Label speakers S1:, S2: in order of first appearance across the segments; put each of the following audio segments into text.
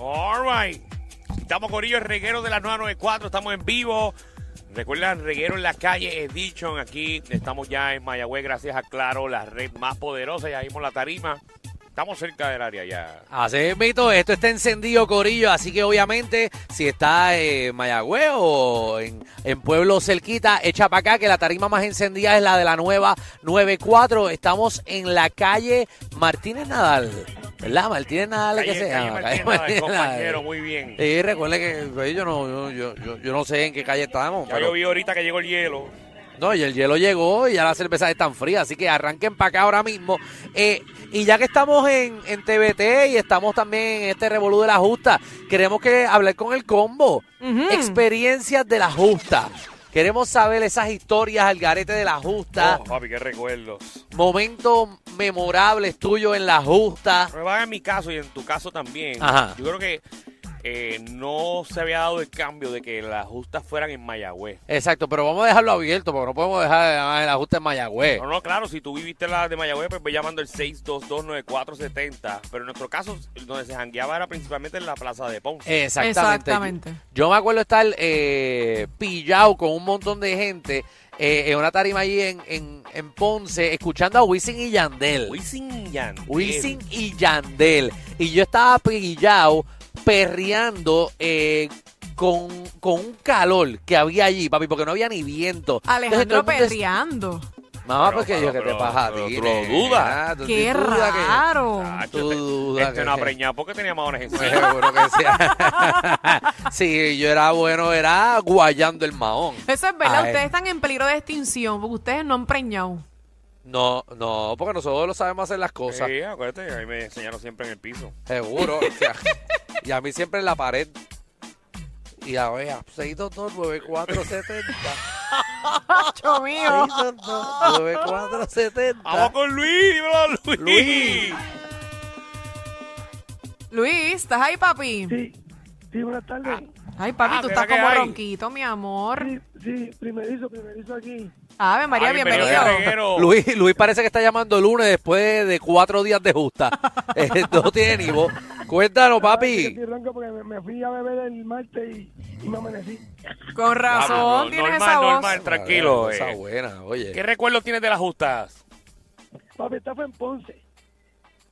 S1: All right. Estamos Corillo, el reguero de la 994. Estamos en vivo. Recuerdan, reguero en la calle Edition. Aquí estamos ya en Mayagüez, gracias a Claro, la red más poderosa. Ya vimos la tarima. Estamos cerca del área ya.
S2: Así es, Mito, esto está encendido, Corillo, así que obviamente si está en Mayagüez o en, en pueblo cerquita, echa para acá que la tarima más encendida es la de la nueva 94. Estamos en la calle Martínez Nadal, ¿verdad? Martínez Nadal, es que
S1: Calle-
S2: se
S1: calle
S2: llama.
S1: Martínez Nadal, compañero, muy bien.
S2: Sí, recuerde que pues, yo, no, yo, yo- yo no sé en qué calle estamos.
S1: Ya
S2: pero-
S1: yo vi ahorita que llegó el hielo.
S2: no, y el hielo llegó y ya las cervezas están frías, así que arranquen para acá ahora mismo. Eh, y ya que estamos en, en TBT y estamos también en este revolú de la justa, queremos que hablar con el combo. Experiencias de la justa. Queremos saber esas historias al garete de la justa,
S1: Oh, papi, qué recuerdos.
S2: momentos memorables tuyos en la justa.
S1: Me va en mi caso y en tu caso también.
S2: Ajá.
S1: Yo creo que eh, no se había dado el cambio de que las justas fueran en Mayagüez.
S2: Exacto, pero vamos a dejarlo abierto porque no podemos dejar la justa en Mayagüez.
S1: No, no, claro, si tú viviste la de Mayagüez, pues ve llamando el 6229470. Pero en nuestro caso, donde se jangueaba era principalmente en la plaza de Ponce.
S2: Exactamente.
S3: Exactamente.
S2: Yo me acuerdo estar eh, pillado con un montón de gente eh, en una tarima allí en, en- en Ponce, escuchando a Wisin y Yandel.
S1: Wisin Yan.
S2: Eh, Wisin y Yandel. Y yo estaba pillado perreando eh, con, con un calor que había allí, papi, porque no había ni viento.
S3: Alejandro
S2: Entonces, todo el mundo es-
S3: perreando.
S2: Mamá,
S1: Pero,
S2: porque
S1: pero,
S2: yo que te
S1: pero,
S2: pasa a
S1: pero
S2: ti,
S1: tú lo
S2: nena?
S1: dudas.
S2: Tú-
S3: Qué
S2: tú dudas que- Ah.
S3: raro.
S2: Tú
S1: Tacho,
S2: dudas
S1: este, este
S2: que-
S1: no ha preñado. ¿Por qué tenía maones encima?
S2: Pues Seguro que sí. sí, yo era bueno, era guayando el mahón.
S3: Eso es verdad,
S2: Ay.
S3: ustedes están en peligro de extinción porque ustedes no han preñado.
S2: No, no, porque nosotros lo sabemos hacer las cosas.
S1: Sí, acuérdate, ahí me enseñaron siempre en el piso.
S2: Seguro. o sea, y a mí siempre en la pared. Y a ver, 6229470.
S3: ¡Pacho mío!
S2: 6229470.
S1: ¡Vamos con Luis! ¡Dímelo, Luis!
S2: Ah. Luis.
S3: Luis, ¿estás ahí, papi?
S4: Sí, sí, buenas tardes.
S3: Ay, papi,
S1: Ah,
S3: tú
S1: mira
S3: estás
S1: que
S3: como
S1: hay.
S3: ronquito, mi amor.
S4: Sí, sí, primerizo, primerizo aquí.
S3: Ave María,
S1: Ah,
S3: bienvenido.
S1: de reguero.
S2: Luis, Luis parece que está llamando el lunes después de cuatro días de justa. Eh, no tiene ni voz. Cuéntanos,
S4: Sí.
S2: papi.
S4: Estoy ronco porque me, me fui a beber el martes y, y me amanecí.
S3: Con
S1: Ah,
S3: razón
S1: no,
S3: tienes
S1: normal,
S3: esa voz.
S1: normal, tranquilo.
S2: Esa
S1: eh.
S2: buena, oye.
S1: ¿Qué recuerdos tienes de las justas?
S4: Papi, estaba en Ponce.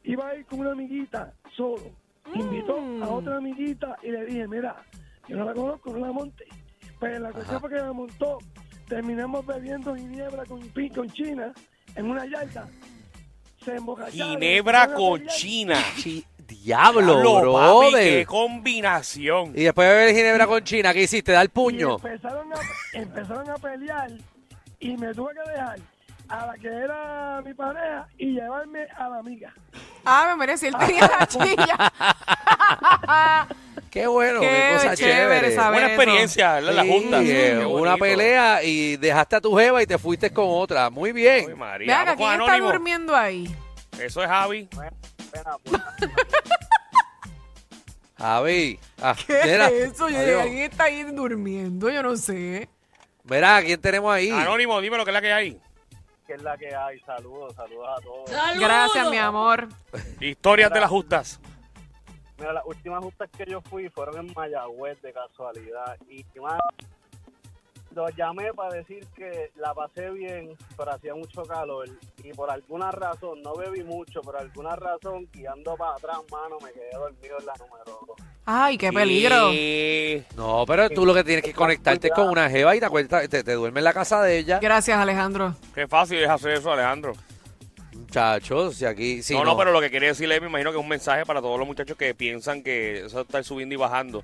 S4: Iba a ir con una amiguita solo. Invitó
S1: Mm.
S4: a otra amiguita y le dije, mira, yo no la conozco, no la monte. Pues la cuestión fue que me montó. Terminamos bebiendo ginebra con, pi- con China en una yarda. Se embocallaron.
S1: Ginebra
S4: empezaron a
S1: con
S4: pelear.
S1: China.
S2: Chi- Diablo,
S1: Diablo, papi, ¡Qué
S2: brother.
S1: combinación!
S2: Y después de beber ginebra con China, ¿qué hiciste? Dar puño.
S4: Y empezaron, a, empezaron a pelear y me tuve que dejar a la que era mi pareja y llevarme a la amiga.
S3: Ave María, si él tenía la chilla.
S2: Qué bueno, qué,
S3: Qué
S2: cosa
S3: chévere
S2: chévere.
S3: esa
S1: Buena
S3: eso.
S1: experiencia, la, la
S2: Sí,
S1: junta.
S2: eh,
S1: Qué
S2: una
S1: bonito.
S2: pelea y dejaste a tu jeva y te fuiste con otra. Muy
S1: Ay,
S2: bien.
S1: María,
S3: Vean,
S1: vamos con
S3: ¿quién está
S1: pues, Anónimo.
S3: durmiendo ahí?
S1: Eso es Javi.
S2: Javi. ah,
S3: ¿Qué
S2: mira,
S3: es eso? Yo dije,
S2: adiós.
S3: alguien está ahí durmiendo, yo no sé.
S2: Mira, ¿a quién tenemos ahí?
S1: Anónimo, dime lo que es la que hay.
S5: que es la que hay. Saludos, saludos a todos.
S3: Gracias, mi amor.
S1: Historias de las justas.
S5: Mira, las últimas justas que yo fui fueron en Mayagüez de casualidad. Y más, los llamé para decir que la pasé bien, pero hacía mucho calor. Y por alguna razón, no bebí mucho, por alguna razón, guiando para atrás, mano, me quedé dormido en la número dos.
S3: Ay, qué peligro.
S1: Y-
S2: No, pero tú lo que tienes que es conectarte con una jeva y te, acuestas- te, te duermes en la casa de ella.
S3: Gracias, Alejandro.
S1: Qué fácil es hacer eso, Alejandro.
S2: Muchachos, si aquí... Si
S1: no, no, pero lo que quería decirle, me imagino que es un mensaje para todos los muchachos que piensan que eso de estar subiendo y bajando,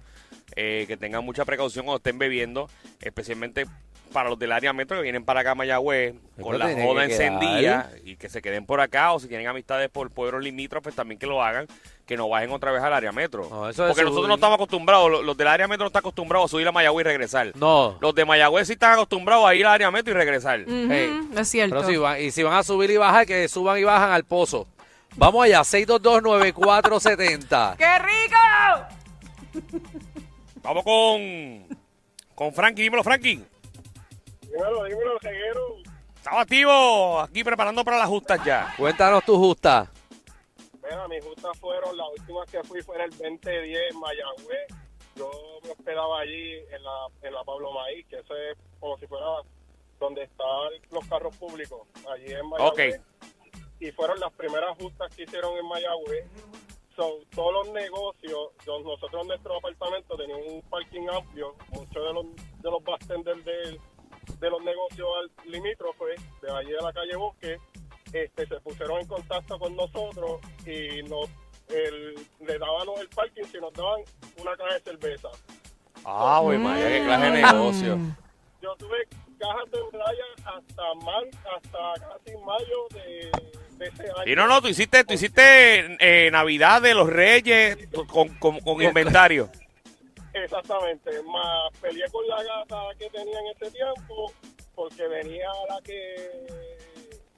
S1: eh, que tengan mucha precaución cuando estén bebiendo, especialmente para los del área metro que vienen para acá a Mayagüez con
S2: Pero
S1: la
S2: Pues tiene
S1: joda
S2: que quedar.
S1: encendida y que se queden por acá o si tienen amistades por pueblos limítrofes también que lo hagan, que no bajen otra vez al área metro.
S2: No, eso de
S1: Porque nosotros
S2: subir-
S1: no estamos acostumbrados, los, los del área metro no están acostumbrados a subir a Mayagüez y regresar.
S2: No.
S1: Los de Mayagüez sí están acostumbrados a ir al área metro y regresar.
S3: Ujú,
S2: Hey.
S3: es cierto.
S2: Pero si van, y si van a subir y bajar, que suban y bajan al pozo. Vamos allá, 6229470.
S3: ¡Qué rico!
S1: Vamos con, con Frankie, dímelo Frankie.
S5: Dímelo, dímelo, reguero.
S1: Estamos activos, aquí preparando para las justas ya.
S2: Cuéntanos tu justa.
S6: Mira, mis justas fueron, las últimas que fui fue en el 2010 en Mayagüez. Yo me hospedaba allí en la, en la Pablo Maíz, que eso es como si fuera donde están los carros públicos, allí en Mayagüez. Y fueron las primeras justas que hicieron en Mayagüez. So, todos los negocios, yo- nosotros en nuestro apartamento teníamos un parking amplio, muchos de los, de los bartenders de, de los negocios al- limítrofes, de allí de la calle Bosque, este, se pusieron en contacto con nosotros y nos el, le dábamos el parking si nos daban una caja de cerveza.
S1: Ah, güey, Maya, qué
S3: Mm.
S1: clase de negocio.
S6: Yo tuve cajas de playa hasta, mar- hasta casi mayo de, de ese año.
S1: Y no, no, tú hiciste, tú hiciste eh, Navidad de los Reyes con, con- con inventario.
S6: Exactamente, más peleé con la gata que tenía en ese tiempo porque venía la que,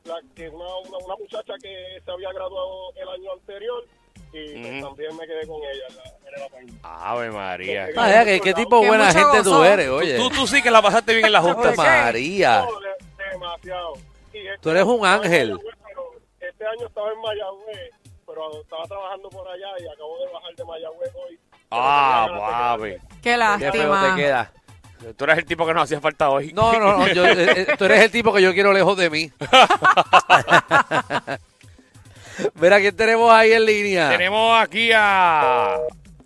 S6: la que una, una, una muchacha que se había graduado el año anterior y pues,
S1: Ujú.
S6: también me quedé con ella en la- en el apartamento.
S1: Ave María.
S6: Sí.
S2: Ay, ¿qué, qué tipo
S3: Que
S2: buena
S3: mucho
S2: gente tú
S3: gozón.
S2: eres, oye.
S1: Tú, tú sí que la pasaste bien en la
S2: Santa
S1: justa.
S2: María.
S6: No, de- demasiado. Y este
S2: Ah. Tú eres un
S6: año estaba en
S2: ángel.
S6: Mayagüez, pero Este año estaba en Mayagüez, pero estaba trabajando por allá y acabo de bajar de Mayagüez hoy.
S1: Ah,
S6: Pero tenía ganas de
S1: guave.
S3: Qué
S2: Qué feo
S3: lástima.
S2: te queda.
S1: Tú eres el tipo que nos hacía falta hoy.
S2: No, no, no. yo- eh, eh, tú eres el tipo que yo quiero lejos de mí. Mira quién tenemos ahí en línea.
S1: Tenemos aquí a, a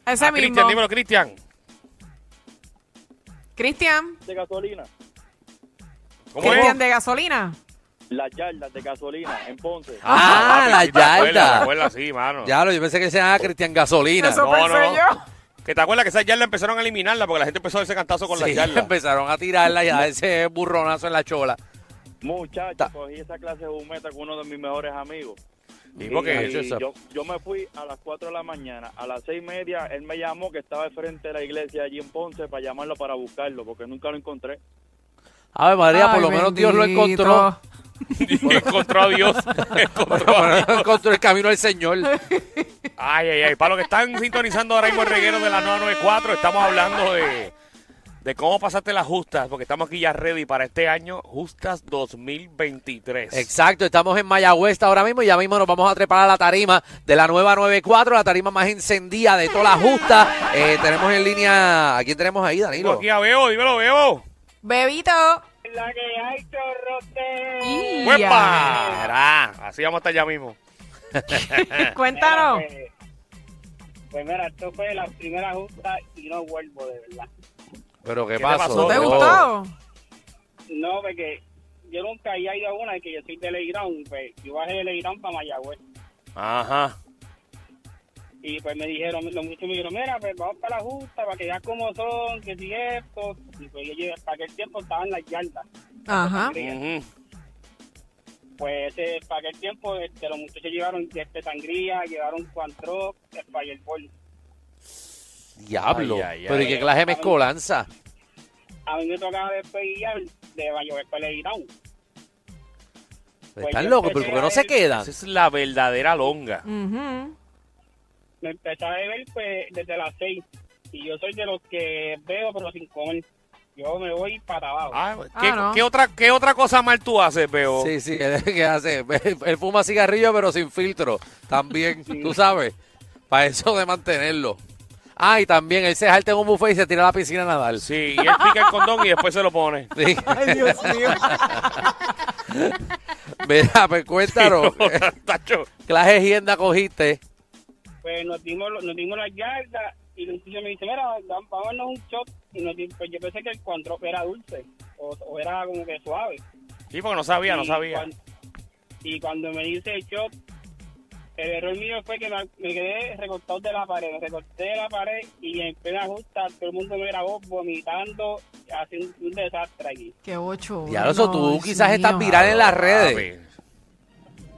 S3: Ese
S1: Ah, Cristian.
S3: mismo.
S1: Dímelo, Cristian.
S3: Cristian.
S5: De gasolina,
S1: ¿Cómo
S3: Cristian
S1: es?
S3: de gasolina.
S5: las yardas de gasolina en Ponce.
S2: Ah, la
S1: papi, ¿te acuerdas?
S2: yarda.
S1: ¿Te acuerdas? Sí, mano.
S2: Ya, lo, yo pensé que se llamaba Cristian Gasolina.
S3: Eso
S1: no,
S3: pensé
S1: no, no.
S3: yo.
S1: Que te acuerdas que esas yardas empezaron a eliminarla porque la gente empezó a darse cantazo con
S2: Sí,
S1: las yardas.
S2: empezaron a tirarla y a ese burronazo en la chola. Ta-
S5: Muchachos, cogí esa clase de jumeta con uno de mis mejores amigos.
S1: Sí, porque-
S2: eso es-
S5: yo, yo me fui a las 4 de la mañana. A las 6 y media, él me llamó que estaba al frente de la iglesia allí en Ponce para llamarlo para buscarlo, porque nunca lo encontré.
S2: A ver, María, por
S3: Ay,
S2: lo menos Dios lo
S3: bendito.
S2: encontró.
S1: encontró a Dios. Encontró
S2: Por
S1: a
S2: lo
S1: Dios.
S2: menos encontró el camino del Señor.
S1: Ay, ay, ay. Para los que están sintonizando ahora mismo el reguero de la 994, estamos hablando de, de cómo pasaste las justas, porque estamos aquí ya ready para este año, Justas 2023.
S2: Exacto, estamos en Mayagüez ahora mismo y ya mismo nos vamos a trepar a la tarima de la nueva 94, la tarima más encendida de toda la justa. Eh, tenemos en línea, ¿a quién tenemos ahí,
S1: Tengo
S2: Danilo?
S1: aquí a Bebo, dímelo, Bebo.
S3: Bebito.
S6: La que hay chorrote.
S3: Y
S1: ¡Huepa! Era, Así vamos hasta allá mismo.
S3: ya. Cuéntanos.
S5: Eh, Pues mira, esto fue la primera justa y no vuelvo, de verdad.
S2: Pero ¿qué,
S1: ¿Qué te
S2: pasó?
S1: pasó?
S3: ¿No te
S1: no.
S3: gustó?
S5: No, porque yo nunca había ido a una, que yo soy de Leirón, pues yo bajé de Leirón para Mayagüez.
S1: Ajá.
S5: Y pues me dijeron, los muchachos me dijeron, mira, pues vamos para la justa, para que veas cómo son, que si esto. Y pues yo llegué, para aquel tiempo estaban las yardas.
S3: Ajá.
S1: Ujú.
S5: Pues eh, para aquel tiempo este, los muchachos llevaron este, sangría, llevaron eh, cuantro, fireball.
S2: Diablo.
S1: Ay, ay, ay.
S2: Pero ¿y qué clase de mezcolanza?
S5: A mí me tocaba despedillar de Mayagüez para Leirón.
S2: Están locos, pero ¿por qué no se quedan?
S1: Esa es la verdadera longa.
S3: Ujú.
S5: Me empecé a beber pues desde las seis. Y yo soy de los que veo pero sin comer. Yo me voy para abajo.
S1: Ah, ¿qué,
S3: Ah, no.
S1: qué otra, ¿Qué otra cosa mal tú haces, Bebo?
S2: Sí, sí, él, es el que hace, él fuma cigarrillo pero sin filtro, también, tú sabes, para eso de mantenerlo. Ah, y también él se jalta en un buffet y se tira a la piscina a nadar.
S1: Sí, y él pica el condón y después se lo pone.
S2: Sí. Mira, pues cuéntanos, ¿qué
S1: Tacho.
S2: clase de hienda cogiste?
S5: pues nos dimos, lo- nos dimos la yarda y el tío me dice, mira, vam- vámonos un shot. Y nos di- pues yo pensé que el cuantro era dulce o, o era como que suave.
S1: Sí, porque no sabía, no
S5: Y
S1: sabía.
S5: cuan- y cuando me dice el shot, el error mío fue que me, me quedé recortado de la pared, me recorté de la pared y en plena justa todo el mundo me grabó vomitando, haciendo un desastre aquí.
S3: Qué ocho.
S2: Diablo, eso tú quizás estás
S3: mirando.
S2: viral en las redes.
S1: Papi.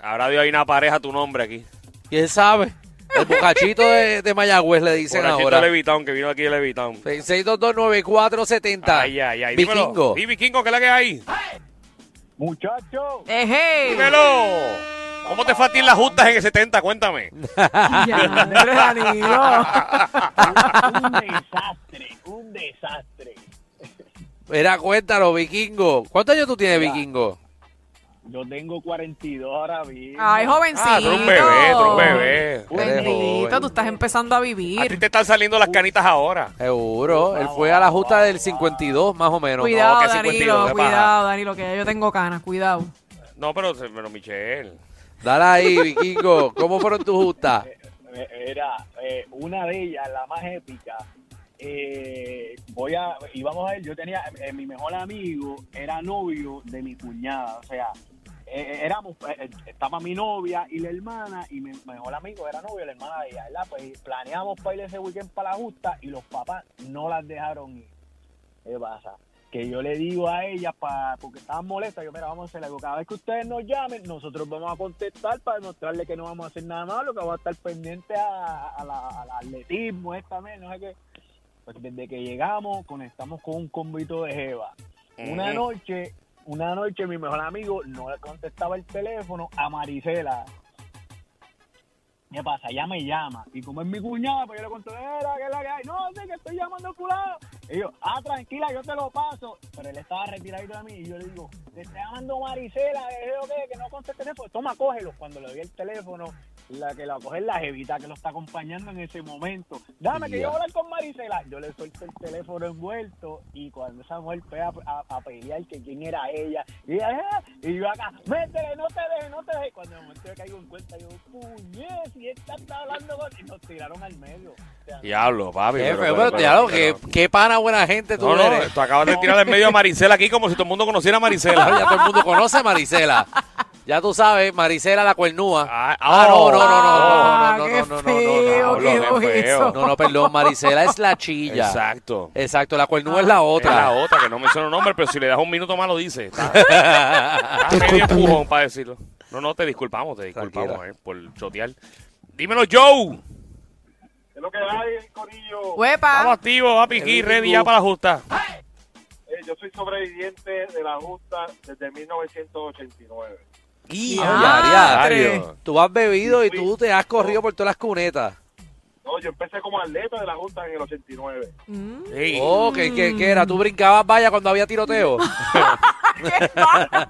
S1: Ahora Dios hay una pareja a tu nombre aquí.
S2: ¿Quién sabe? El bocachito de, de Mayagüez le dicen
S1: Borrachito
S2: ahora.
S1: Levitón, que vino aquí de Levitón.
S2: 6229470.
S1: Ay, ay, ay. Dímelo.
S2: Vikingo.
S1: Y Vikingo, ¿qué es la que hay?
S6: Muchachos,
S3: Ejé.
S1: Dímelo. ¿Cómo te fue a ti en las justas en el 70? Cuéntame.
S3: Diantre, Danilo.
S5: un desastre, un desastre.
S2: Mira, cuéntalo, Vikingo. ¿Cuántos años tú tienes, Vikingo?
S5: Yo tengo 42 ahora mismo.
S3: Ay, jovencito.
S1: Ah, tú eres un bebé, tú eres un bebé.
S2: Tú eres
S3: Bendito,
S2: joven.
S3: tú estás empezando a
S1: A ti
S3: vivir.
S1: te están saliendo las canitas ahora.
S2: Seguro, él fue a la justa del 52 más o menos.
S3: cuidado,
S1: que 52,
S3: Danilo,
S1: qué paja.
S3: cuidado, Danilo, que ya yo tengo canas, cuidado.
S1: No, pero, pero Michelle.
S2: Dale ahí, Vikingo, ¿cómo fueron tus justas?
S5: Eh, Era eh, una de ellas, la más épica. Eh, voy a, íbamos a ver, yo tenía, eh, mi mejor amigo era novio de mi cuñada, o sea, eh, éramos, eh, eh, estaba mi novia y la hermana, y mi mejor amigo era novio de la hermana de ella, ¿verdad? Pues planeamos para ir ese weekend para la justa y los papás no las dejaron ir. ¿Qué pasa? Que yo le digo a ella, pa, porque estaban molestas, yo, mira, vamos a hacer algo. Cada vez que ustedes nos llamen, nosotros vamos a contestar para demostrarle que no vamos a hacer nada malo, que vamos a estar pendientes a- a la- al atletismo, esta vez, no sé qué. Pues desde que llegamos, conectamos con un convito de Jeva. Una
S1: Ujú.
S5: noche, una noche, mi mejor amigo no le contestaba el teléfono a Marisela. ¿Qué pasa? Ella me llama. Y como es mi cuñada, pues yo le conté, "Era, ¿qué es la que hay? No, sí, que estoy llamando a fulano. Y yo, ah, tranquila, yo te lo paso. Pero él estaba retiradito de mí y yo le digo, te está llamando Marisela, eh, creo que, que no conteste el teléfono. Toma, cógelo. Cuando le doy el teléfono, la que la coge es la jevita que lo está acompañando en ese momento. Dame que
S2: Ya.
S5: yo voy a hablar con Marisela. Yo le suelto el teléfono envuelto y cuando esa mujer fue a, a- a pelear que quién era ella, y, ella, "Ah", y yo acá, métele, no te dejes, no te dejes. Cuando de momento yo caigo en cuenta, yo, puñez, y esta está hablando con... Y nos tiraron al medio. O sea,
S1: Diablo, papi.
S2: Qué
S1: pero-
S2: feo,
S1: pero-
S2: pero te hablo,
S1: pero-
S2: qué, qué pana buena gente tú
S1: No, no,
S2: eres.
S1: tú acabas de tirar en medio a Maricela aquí como si todo el mundo conociera a
S2: Claro,
S1: Maricela.
S2: ya todo el mundo conoce a Marisela. Ya tú sabes, Marisela la cuernúa.
S1: Ah, oh.
S2: Ah, no, no, no,
S3: Ah,
S2: no, no, no, no, no, no,
S3: qué
S2: no,
S3: feo
S2: no,
S1: qué
S2: no, no,
S1: feo.
S2: no, no, perdón, Marisela es la chilla.
S1: Exacto.
S2: Exacto, la cuernúa es la
S1: Otra. la
S2: otra.
S1: otra, que no menciono nombre, pero si le das un minuto más lo dice. Está, está medio empujón para decirlo. No, no, te disculpamos, te disculpamos
S2: Tranquila.
S1: eh, por chotear. Dímelo, Joe.
S6: Es lo que hay, Corillo.
S1: Estamos
S3: Huepa.
S1: activos, papi, aquí,
S2: Qué
S1: ready
S2: rico.
S1: ya para la justa.
S2: Ah.
S6: Eh, yo soy sobreviviente de la justa desde 1989.
S2: Y Ariadna,
S3: Ah,
S1: Adiós.
S2: tú has bebido y tú te has corrido por todas las cunetas.
S6: No, yo empecé como atleta de la justa en el 89.
S3: Mm.
S1: Sí.
S2: Oh, ¿qué, qué, qué era? ¿Tú brincabas vaya cuando había tiroteo?
S3: Qué va-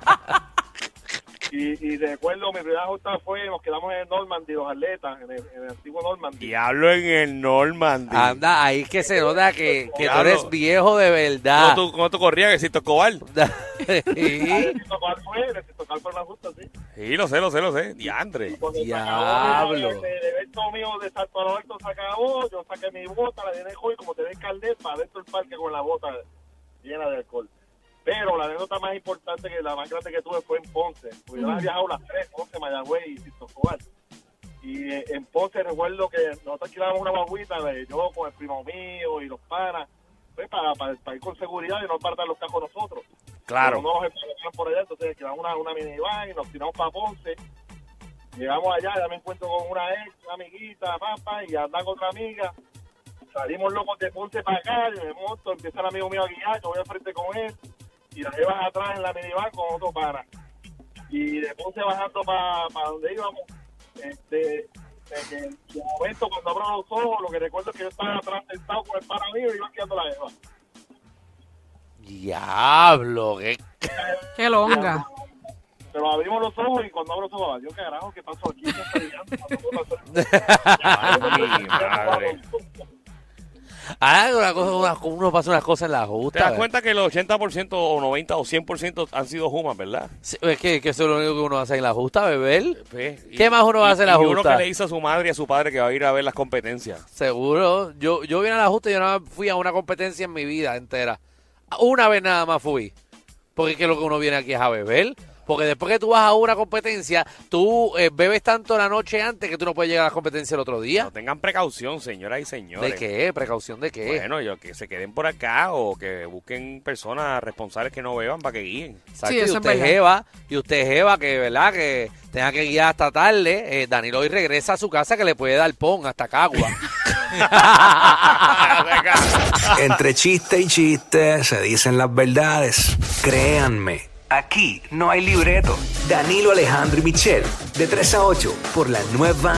S6: Y, y recuerdo, mi primera justa fue, nos quedamos en el Normandy, los atletas, en el, en el antiguo Normandy.
S1: Diablo en el Normandy.
S2: Anda, ahí es que se nota que, que tú
S1: Diablo.
S2: eres viejo de verdad.
S1: ¿Cómo tú, cómo tú corrías, Éxito Escobar?
S2: Sí.
S6: Necesito tocar fue, necesito tocar por la justa, sí.
S1: Sí, lo sé, lo sé, lo sé. Diandre.
S6: Cuando se
S2: Diablo.
S6: acabó El el evento mío de Santo Alberto se acabó, yo saqué mi bota, la llené hoy, como te ves caldez, para dentro del parque con la bota llena de alcohol. Pero la anécdota más importante, que la más grande que tuve fue en Ponce. Porque yo había viajado las tres, Ponce, Mayagüez y Tocobar. Y eh, en Ponce recuerdo que nosotros alquilábamos una guaguita, de yo con el primo mío y los panas, pues, para, para, para ir con seguridad y no apartar los cajos nosotros.
S1: Claro.
S6: Pero No nos esperaban por allá, entonces alquilamos una, una minivan y nos tiramos para Ponce. Llegamos allá, ya me encuentro con una ex, una amiguita, papá, y anda con otra amiga. Salimos locos de Ponce para acá, y me monto, empieza el amigo mío a guiar, yo voy al frente con él, y la llevas atrás en la minivan con otro para. Y de Ponce bajando para donde íbamos, este, en el momento cuando abro los ojos, lo que recuerdo es que yo estaba atrás sentado con el para mío y iba guiando la jeva.
S2: Diablo, qué
S3: Qué longa.
S6: Pero abrimos los ojos y cuando abro los ojos, yo carajo, ¿qué pasó aquí? ¿Qué está brillando?
S1: Ay, mi madre.
S2: Ah, una cosa, una- uno pasa unas cosas en la
S1: ¿Te
S2: justa.
S1: das cuenta que el 80% o 90 o 100% han sido humas, verdad?
S2: Sí, Es que, que eso es lo único que uno hace en la justa, beber.
S1: Pues,
S2: ¿Qué más uno hace en la
S1: y uno
S2: justa?
S1: que le dice a su madre y a su padre que va a ir a ver las competencias.
S2: Seguro. Yo, yo vine a la justa y yo nada más fui a una competencia en mi vida entera. Una vez nada más fui. Porque es que lo que uno viene aquí es a beber. Porque después que tú vas a una competencia, tú eh, bebes tanto la noche antes que tú no puedes llegar a la competencia el otro
S1: No
S2: día.
S1: tengan precaución, señoras y señores.
S2: ¿De qué? ¿Precaución de qué?
S1: Bueno, yo, que se queden por acá o que busquen personas responsables que no beban para que guíen.
S2: Exacto,
S3: Sí,
S2: y
S3: eso es
S2: usted
S3: verdad.
S2: jeva, y usted jeva que, ¿verdad? Que tenga que guiar hasta tarde. Eh, Danilo hoy regresa a su casa que le puede dar pon hasta Cagua.
S7: Entre chiste y chiste se dicen las verdades. Créanme, aquí no hay libreto. Danilo Alejandro y Michel, de 3 a 8, por la nueva